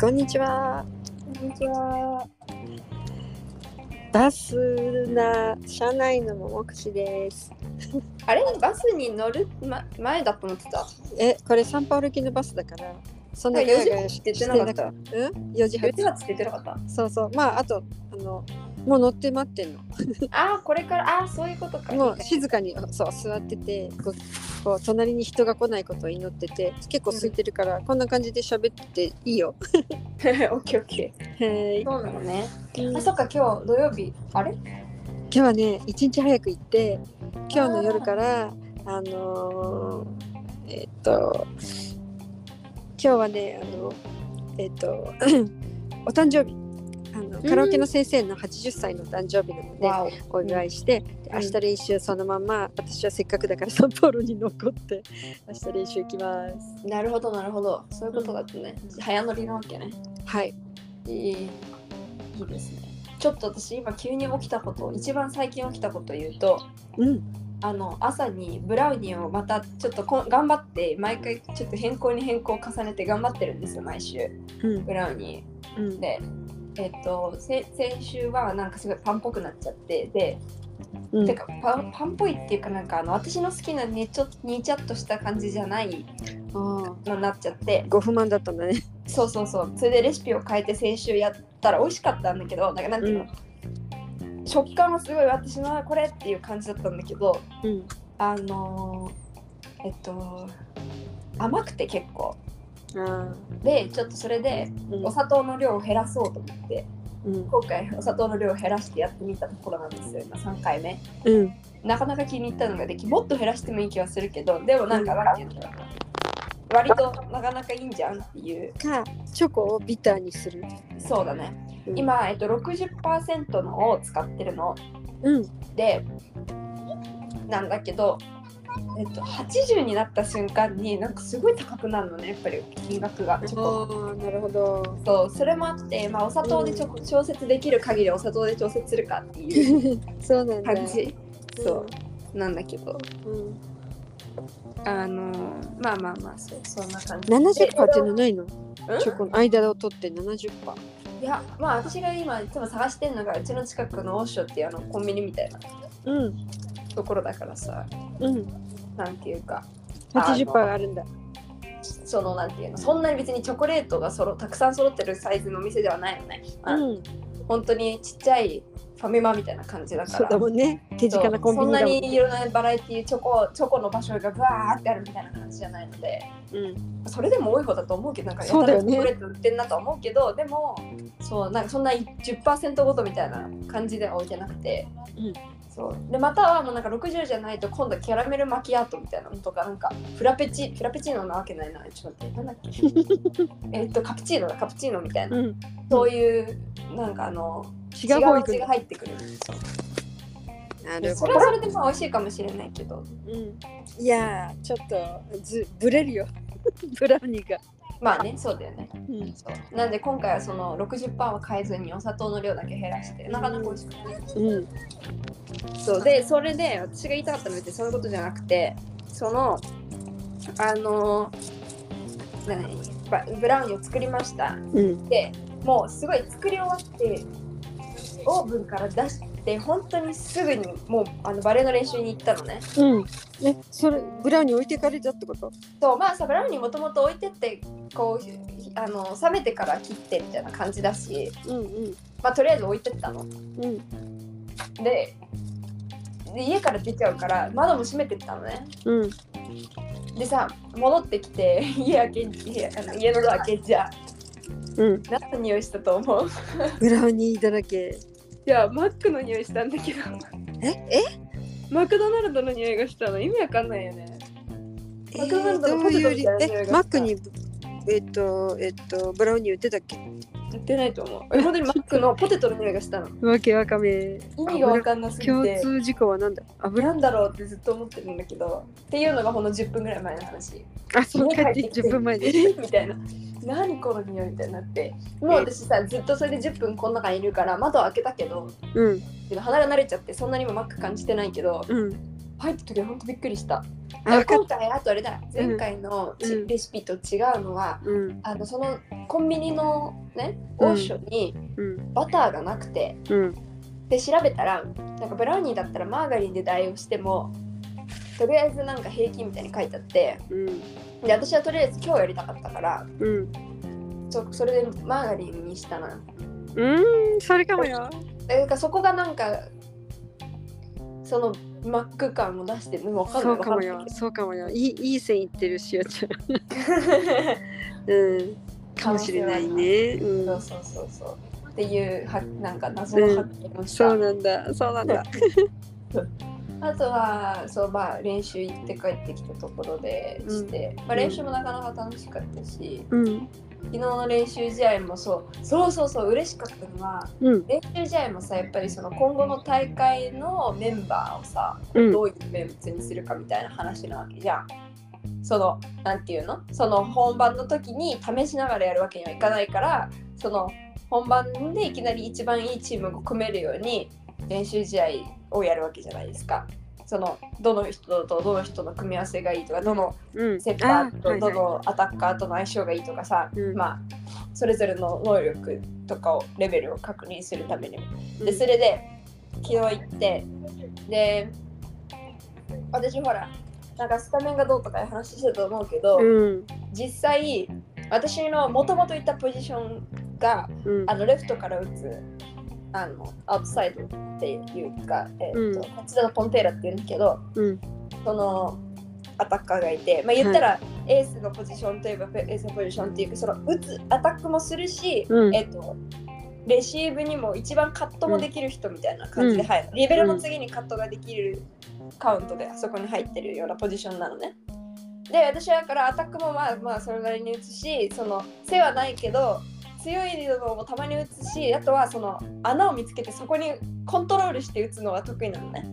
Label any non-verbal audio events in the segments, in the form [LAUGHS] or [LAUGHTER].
こんにちは。こんにちは。バスな車内の桃口です。あれバスに乗る、ま、前だと思ってた。え、これサンパウロ行きのバスだから、そんなあガヤ四時ガヤ発しってて言ってななかかっ。ったたうん？4時4発時。発って言ってなか [LAUGHS] った。そうそう。まああとあのもう乗って待ってんの。ああ、これから、ああ、そういうこと [LAUGHS] か。もう静かにそう座っててこうこう隣に人が来ないことを祈ってて結構空いてるから、こんな感じで喋ってていいよ。オッケーオッケはいー。。そうなのね。うんあ、そっか、今日土曜日。あれ今日はね一日早く行って今日の夜からあのーえっと今日はねあのえっと [COUGHS] お誕生日あのカラオケの先生の80歳の誕生日なので、わお。お祝いして、でうん明日練習そのまま私はせっかくだからサンパウロに残って明日練習行きますなるほど、なるほど。そういうことだったね。早乗りなわけね。はいいい。いいですね。ちょっと私今急に起きたことを一番最近起きたことを言うとうんあの朝にブラウニーをまたちょっとこん頑張って毎回ちょっと変更に変更を重ねて頑張ってるんですよ毎週うんブラウニーうんで、えっと、せ先週はなんかすごいパンっぽくなっちゃってで、うんてかパンパンっぽいっていうかなんかあの私の好きなねちょにちゃっとした感じじゃないあーのになっちゃってご不満だったんだねそうそうそうそれでレシピを変えて先週やったら美味しかったんだけどなんかなんていうの、食感はすごい私のはこれっていう感じだったんだけどうんあのーえっと甘くて結構あでちょっとそれでーうんお砂糖の量を減らそうと思って。うん今回お砂糖の量を減らしてやってみたところなんですよ今3回目うんなかなか気に入ったのができもっと減らしてもいい気はするけどでもなんかなんていうの割となかなかいいんじゃんっていうかチョコをビターにするそうだねうん今、えっと、60%のを使ってるのうんでなんだけど、えっと、80になった瞬間になんかすごい高くなるのねやっぱり金額がチョコのあなるほどそうそれもあって、まあ、お砂糖でちょこ調節できる限りお砂糖で調節するかっていうそうなんだ感じ、うんそうなんだけどうん、あのーまあまあまあそうそんな感じで70%ってんのないのチョコの間を取って70%いやまあ私が今いつも探してるのがうちの近くのオーショっていうあのコンビニみたいなうんところだからさうんなんていうか80%あるんだそのなんていうのそんなに別にチョコレートがそろたくさん揃ってるサイズのお店ではないのね、まあうん本当にちっちゃいファミマみたいな感じだかそうらだもんね手近なコンビそうそニんなだもんにいろんなバラエティーチョコチョコの場所がブワーってあるみたいな感じじゃないのでうんそれでも多い方だと思うけどなんかやそうただらよチねョコレート売ってんなとは思うけど、でもそうなんかそんな10%ごとみたいな感じでは置いてなくて、うんそうでまたはもうなんか60じゃないと今度キャラメルマキアートみたいなのとかなんかフラペチフラペチーノなわけないなちょっと待ってなんだっ [LAUGHS] けえっとカプチーノだカプチーノみたいな、うんそういうなんかあの違う方行く味が入ってくるなそれはそれでまあ美味しいかもしれないけどうんいやーちょっとずぶれるよ [LAUGHS] ブラウニーが、まあねそうだよねうんそうなんで今回はその60%は変えずにお砂糖の量だけ減らしてなかなか美味しくないうん、そうでそれで私が言いたかったのってそういうことじゃなくてそのあの何バブラウニーを作りましたうん、でもうすごい作り終わってオーブンから出して本当にすぐにもうあのバレエの練習に行ったのねうん、え、それブラウニー置いてかれちゃってこと？そうまあさブラウニーもともと置いてってこうひあの冷めてから切ってみたいな感じだしうんうんまあとりあえず置いてったのうんでで家から出ちゃうから窓も閉めてったのねうんでさ戻ってきて [LAUGHS] 家開け家あの家のドア開けじゃうん、何の匂いしたと思う [LAUGHS] ブラウニーだらけ。いやマックの匂いしたんだけど [LAUGHS] ええ？マクドナルドの匂いがしたの意味わかんないよねえマクドナー、ルドどのうポテいトうみ理たいな匂いがえしたマックにえっとえっとブラウニー売ってたっけ？言ってないと思うえ本当にマックのポテトの匂いがしたのわけわかめ。意味がわかんなすぎ共て通事項はなんだ？油？なんだろうってずっと思ってるんだけどっていうのがほんの10分ぐらい前の話あ、そう家帰帰っってて10分前で。みたいな何この匂いみたいになってもう私さずっとそれで10分この中にいるから窓開けたけどうんけど離れ慣れちゃってそんなにもマック感じてないけどうん。入った時はほんとびっくりしたあ、わかっ今回あとあれだ前回のちうんレシピと違うのはた。うんあのそのコンビニのねうん王将にうんバターがなくて、うんで調べたらなんかブラウニーだったらマーガリンで代用してもとりあえずなんか平均みたいに書いてあってうんで私はとりあえず今日やりたかったからうんそそれでマーガリンにしたなうーんそれかもよえなんかそこがなんかそのマック感も出してるわかんなそいうかもわよんないそうかもよいいいい線いってるしおちゃんけどうんかもしれないねうそうんそうそうそうっていうはなんか謎の発見をした、そうなんだそうなんだあとはそうまあ練習行って帰ってきたところでして、まあ、練習もなかなか楽しかったし、うん昨日の練習試合もそうそうそうそう嬉しかったのはうん練習試合もさやっぱりその今後の大会のメンバーをさうんどういうメンツにするかみたいな話なわけじゃん。そのなんていうのその本番の時に試しながらやるわけにはいかないからその本番でいきなり一番いいチームを組めるように練習試合をやるわけじゃないですか。そのどの人とどの人の組み合わせがいいとかどのうんセッタあーはといどはいのアタッカーとの相性がいいとかさ、うんまあそれぞれの能力とかをレベルを確認するためにもうんでそれで昨日行ってで私ほらなんかスタメンがどうとかいう話してたと思うけど、うん実際私のもともといたポジションがうんあのレフトから打つあのアウトサイドっていうか、えーとうんこっちだとポンテーラっていうんだけどうんそのアタッカーがいて、まあ、言ったらエースのポジションといえばエースのポジションっていうかその打つアタックもするし、うんえっと、レシーブにも一番カットもできる人みたいな感じでうん入る、リベロの次にカットができるカウントであそこに入ってるようなポジションなのね。で私はだからアタックもまあまあそれなりに打つしその背はないけど強いのもたまに打つしあとはその穴を見つけてそこにコントロールして打つのは得意なのね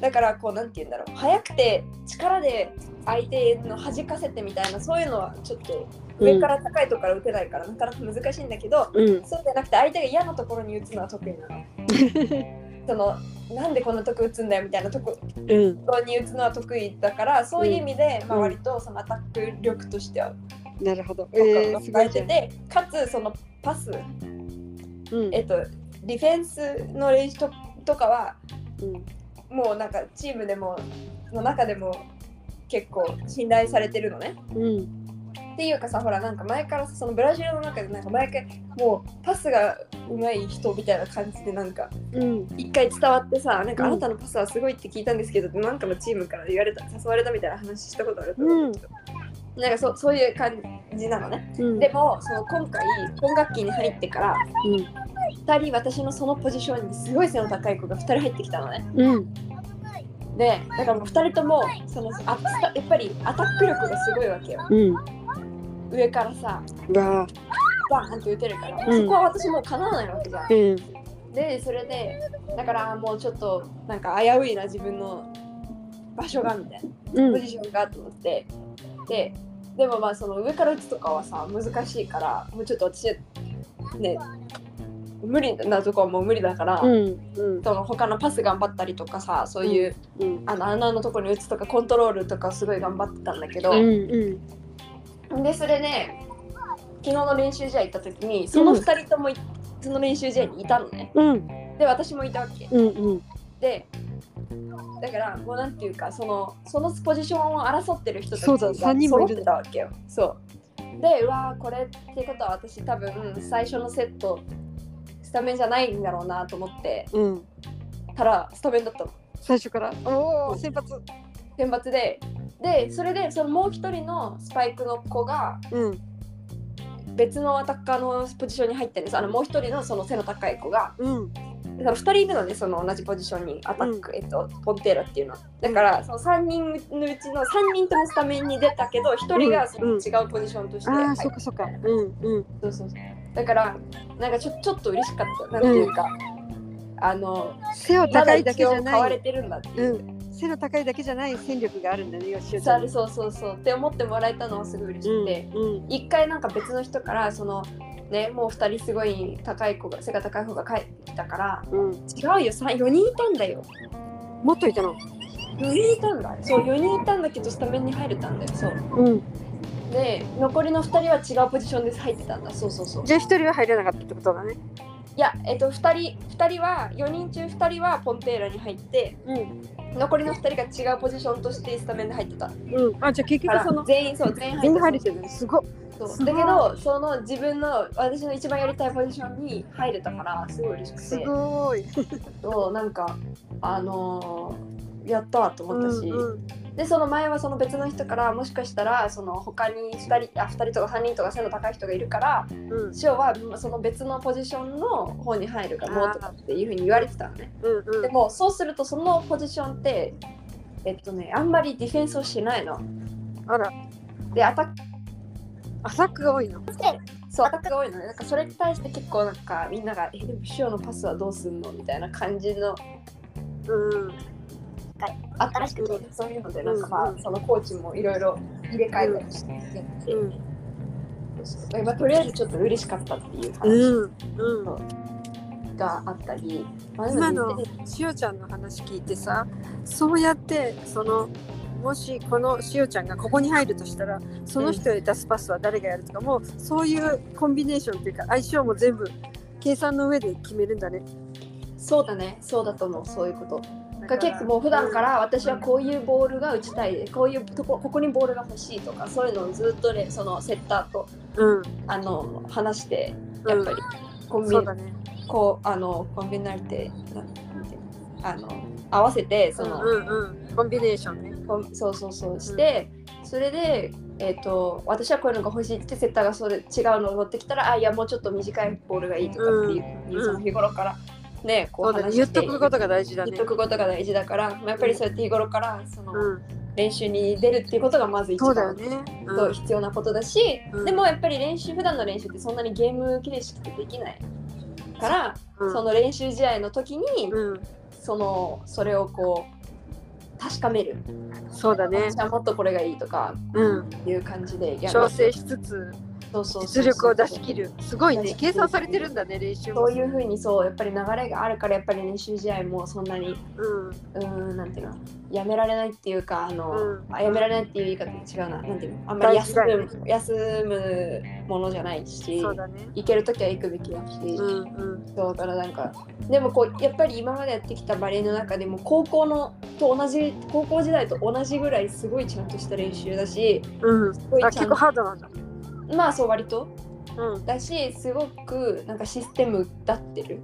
だからこうなんて言うんだろう速くて力で相手の弾かせてみたいなそういうのはちょっと上から高いところから打てないからなかなか難しいんだけど、うんそうじゃなくて相手が嫌なところに打つのは得意なの [LAUGHS] そのなんでこんなとこ打つんだよみたいなとこうんろに打つのは得意だからそういう意味で、まあ、うん割とそのアタック力としてはなるほど僕はえーすご抱いえじてゃんて、かつそのパスうんえっと、ディフェンスの練習ととかはうんもうなんかチームでもの中でも結構信頼されてるのね。うんっていうかさほらなんか前からさそのブラジルの中でなんか毎回もうパスが上手い人みたいな感じでなんかうん一回伝わってさなんかうあんなたのパスはすごいって聞いたんですけど、なんかのチームから言われた誘われたみたいな話したことあると思うけど、なんかそそういう感じなのね。うんでもその今回今学期に入ってからうん2人私のそのポジションにすごい背の高い子が2人入ってきたのねうんでだからもう2人ともそのあスタやっぱりアタック力がすごいわけようん上からさわあバーンって打てるから、うんそこは私もうかなわないわけじゃんうんでそれでだからもうちょっとなんか危ういな自分の場所がみたいなうポんジションがと思ってででもまあその上から打つとかはさ難しいからもうちょっと私ね無理なとこはもう無理だから、うんうんその他のパス頑張ったりとかさそういう、うんあの穴のとこに打つとかコントロールとかすごい頑張ってたんだけど、うんうんでそれで昨日の練習試合行った時にそのうん2人ともいその練習試合にいたのねうんで私もいたわけうんうんでだからもうなんていうかそのそのポジションを争ってる人たちそうだ三人もいる揃ってたわけよそうでうわーこれってことは私多分最初のセットスタメンじゃないんだろうなと思ってうんたらスタメンだったの最初からおお先発選抜ででそれでそのもう一人のスパイクの子がうん別のアタッカーのポジションに入ってるんですあのもう一人のその背の高い子がうんその2人いるのでその同じポジションにアタック、えっと、ポンテーラっていうのはだからその3人のうちの3人ともスタメンに出たけど1人がそのうん違うポジションとしてあ入あってそっかそっかうんうんそうそうそうだからなんかちょちょっと嬉しかったなんていうか、あの背はま高だいだ一けじ応ゃ買わなれいてるんだっていうう、ん背の高いだけじゃない戦力があるんだねよしおちそゃんうそうそうそうって思ってもらえたのはすごい嬉しうくんて。うん一回なんか別の人からそのねもう二人すごい高い子が背が高い方が帰ってきたからうん違うよさ4人いたんだよもっといたの4人いたんだそう4人いたんだけどスタメンに入れたんだよそううんで残りの2人は違うポジションで入ってたんだそうそうそうじゃあ一人は入れなかったってことだねいやえっと2人2人は4人中2人はポンテーラに入ってうん残りの2人が違うポジションとしてスタメンで入ってたうんあじゃあ結か局らその全員そう全員入全員ってた入れてるねすごっそうすごいだけどその自分の私の一番やりたいポジションに入れたからすごい嬉しくすてごーいそうなんかあのーやったと思ったし、うんうんでその前はその別の人からもしかしたらその他に2人あ2人とか3人とか背の高い人がいるからうん塩はその別のポジションの方に入るかもとかっていうふうに言われてたのねうんうんでもそうするとそのポジションってえっとねあんまりディフェンスをしないのあらでアタック浅くが多いのそうアタックが多いのねなんかそれに対して結構なんかみんなが「えでも塩のパスはどうすんの?」みたいな感じのうんあったらしくてそういうのでなんかまうんうあそのコーチもいろいろ入れ替えたりしてて。うんまあ、とりあえずちょっと嬉しかったっていう話うんうんがあったり、まあでも今のしおちゃんの話聞いてさそうやってそのもしこのしおちゃんがここに入るとしたらその人へ出すパスは誰がやるとかもうそういうコンビネーションっていうか相性も全部計算の上で決めるんだね。そうだねそうだと思うそういうことだがら結構もう普段から私はこういうボールが打ちたいこういうとこここにボールが欲しいとかそういうのをずっとねそのセッターとうん、うんあの話してやっぱりコンビ、そうだね。こうあのコンビナリティなんていうのあの合わせてその、うんうんコンビネーションね。こうそうそうそうして、それで、えー、と私はこういうのが欲しいってセッターがそれ違うのを持ってきたらあいやもうちょっと短いボールがいいとかっていうふうに、うんその日頃からねこそううだ話ね。して言っとくことが大事だ言ねっと。くことが大事だから、まあ、やっぱりそうやって日頃からその、うん、練習に出るっていうことがまず一そうだよ番、ね。そう必要なことだし、うんでもやっぱり練習普段の練習ってそんなにゲーム形式ってできないから、うん、その練習試合の時に、うん、そのそれをこう確かめるそうだね私。はもっとこれがいいとかうん、いう感じでやる調整しつつそうそうそうそう実力を出し切る。すごい出ねし。切る計算されてるんだね練習そもう。いうふうにそうやっぱり流れがあるからやっぱり練習試合もそんなにうん。うーんなんていうのやめられないっていうかあの、うんあやめられないっていう言い方違うななんていうのあんまり休大事む休むものじゃないしそうだね。行ける時は行くべきだし、うんうんそうだからなんかでもこうやっぱり今までやってきたバレエの中でも高校のと同じ高校時代と同じぐらいすごいちゃんとした練習だしうん。すごいあちゃ結ん構ハードなんだ。まあそう割とうんだしすごくなんかシステムだってる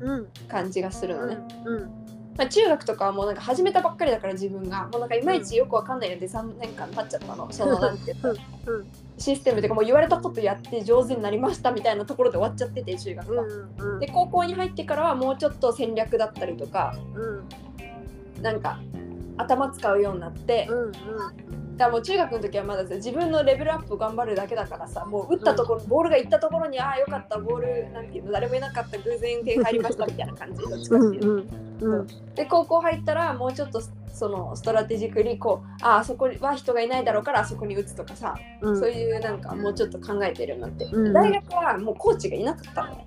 うん感じがするうのね、んうんまあ、中学とかはもうなんか始めたばっかりだから自分がもうなんかいまいちよくわかんないので3年間経っちゃったのそのなんていうの [LAUGHS] うんシステムというかもう言われたことやって上手になりましたみたいなところで終わっちゃってて中学うは。んうんで高校に入ってからはもうちょっと戦略だったりとかうんなんか頭使うようになって、うんうんだからもう中学の時はまださ自分のレベルアップを頑張るだけだからさもう打ったところ、ボールが行ったところにああよかったボールなんていうの誰もいなかった偶然点入りましたみたいな感じどっちかっていうとうんで高校入ったらもうちょっとそのストラテジックにこうああそこは人がいないだろうからあそこに打つとかさ、うんそういうなんかもうちょっと考えてるようになって、うん大学はもうコーチがいなかったのね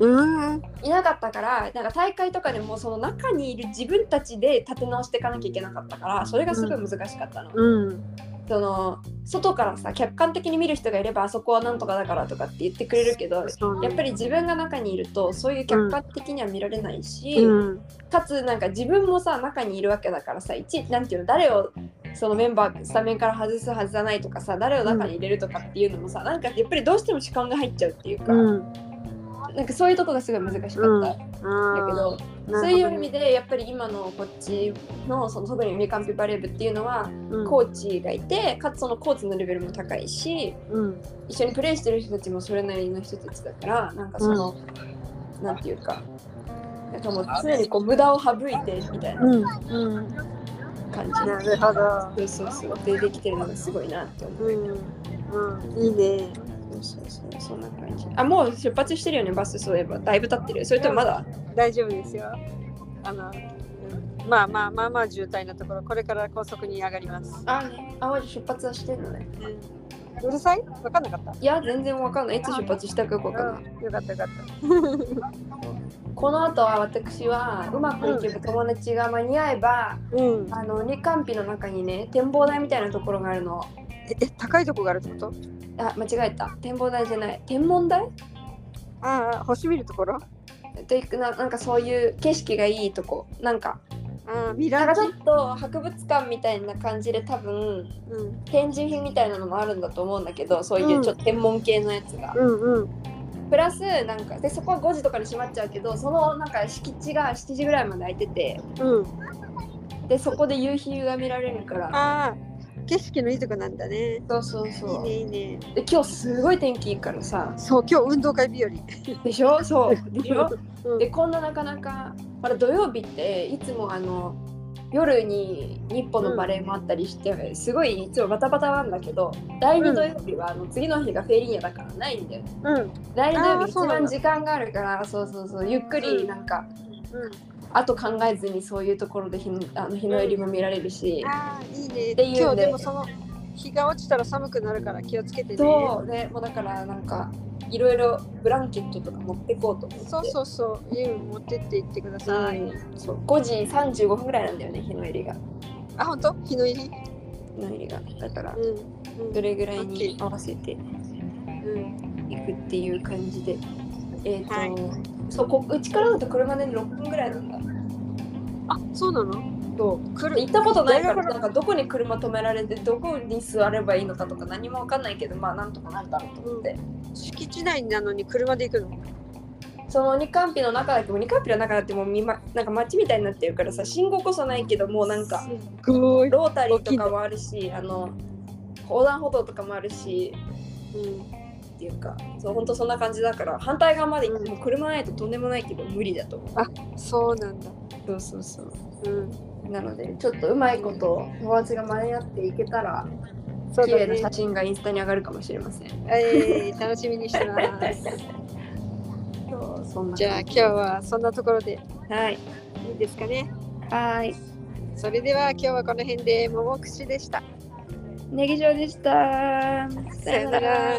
うんいなかったからなんか大会とかでもその中にいる自分たちで立て直していかなきゃいけなかったからそれがすごい難しかったの、うんその外からさ客観的に見る人がいればあそこはなんとかだからとかって言ってくれるけどそうやねっぱり自分が中にいるとそういう客観的には見られないし、うんかつなんか自分もさ中にいるわけだからさ一なんていうの誰をそのメンバースタメンから外す外さないとかさ誰を中に入れるとかっていうのもさ、なんかやっぱりどうしても主観が入っちゃうっていうか、うんなんかそういうとこがすごい難しかった、うんんだけど、そういう意味でやっぱり今のこっちのその特にウミカンピバレー部っていうのは、コーーチがいてかつそのコーチのレベルも高いしうん一緒にプレイしてる人たちもそれなりの人たちだからなんかその、なんていうかなんかもう常にこう無駄を省いてみたいなうんうん感じなるほどそうそうそうでできてるのがすごいなって思う、うんうんいいねそうそうそうそんな感じあもう出発してるよねバスそういえばだいぶ経ってるそれともまだ大丈夫ですよあのうんまあまあまあまあ渋滞のところこれから高速に上がりますあねあまり出発はしてんのねうるさいわかんなかったいや全然わかんないいつ出発したかよくわかんないよかったよかったこの後は私はうまくいけば友達が間に合えば、うんあの日韓日の中にね展望台みたいなところがあるのええ高いとこがあるってことあ間違えた展望台じゃない天文台ああ星見るところといくななんかそういう景色がいいとこなんかああミなんラーかジちょっと博物館みたいな感じで多分うん展示品みたいなのもあるんだと思うんだけどそういううんちょっと天文系のやつが、うんうんプラスなんかでそこは5時とかに閉まっちゃうけどそのなんか敷地が7時ぐらいまで空いててうんでそこで夕日が見られるからああ景色のいいとこなんだねそうそういいそねいいねうで今日すごい天気いいからさそう今日運動会日和でしょそうでしょ [LAUGHS] うんでこんななかなかまだ土曜日っていつもあの夜に日本のバレエもあったりして、すごいいつもバタバタなんだけど第う2ん土曜日はあの次の日がフェリーニャだからないんだよねうん第2土曜あー日一そうなん番だ時間があるからそうそうそうゆっくうりんなんか、うあと考えずにそういうところで日のあの日の入りも見られるしん、ああいいねていうんで今日でもその日が落ちたら寒くなるから気をつけてねそうねもうだからなんかいろいろブランケットとか持ってこうと思ってそうそうそう家に持ってって行ってください、うんそう5時35分ぐらいなんだよね日の入りがあ本当日の入り日の入りがだからうん、うんどれぐらいに合わせてうんいくっていう感じでえっ、と、はいそうこうちからだと車で6分ぐらいなんだあそうなのと来る行ったことないから大学なんかどこに車止められてどこに座ればいいのかとか何も分かんないけどまあなんとかなるだろうと思って、敷地内なのに車で行くのその二冠日の中だけど二冠日の中だってもうみ、ま、なんか街みたいになってるからさ信号こそないけどもうなんかすっごい、ロータリーとかもあるしあの横断歩道とかもあるしうん、っていうかそう本当そんな感じだから反対側まで行っても車ないととんでもないけど無理だと思うそうなんだそうそうそううんなのでちょっとうまいこと友達が真似合っていけたらそう綺麗だなね [LAUGHS] 写真がインスタに上がるかもしれませんえー、楽しみにしてますそうそんなじゃあ今日はそんなところではいいいですかねはいそれでは今日はこの辺で桃串でしたネギ塩でしたさよなら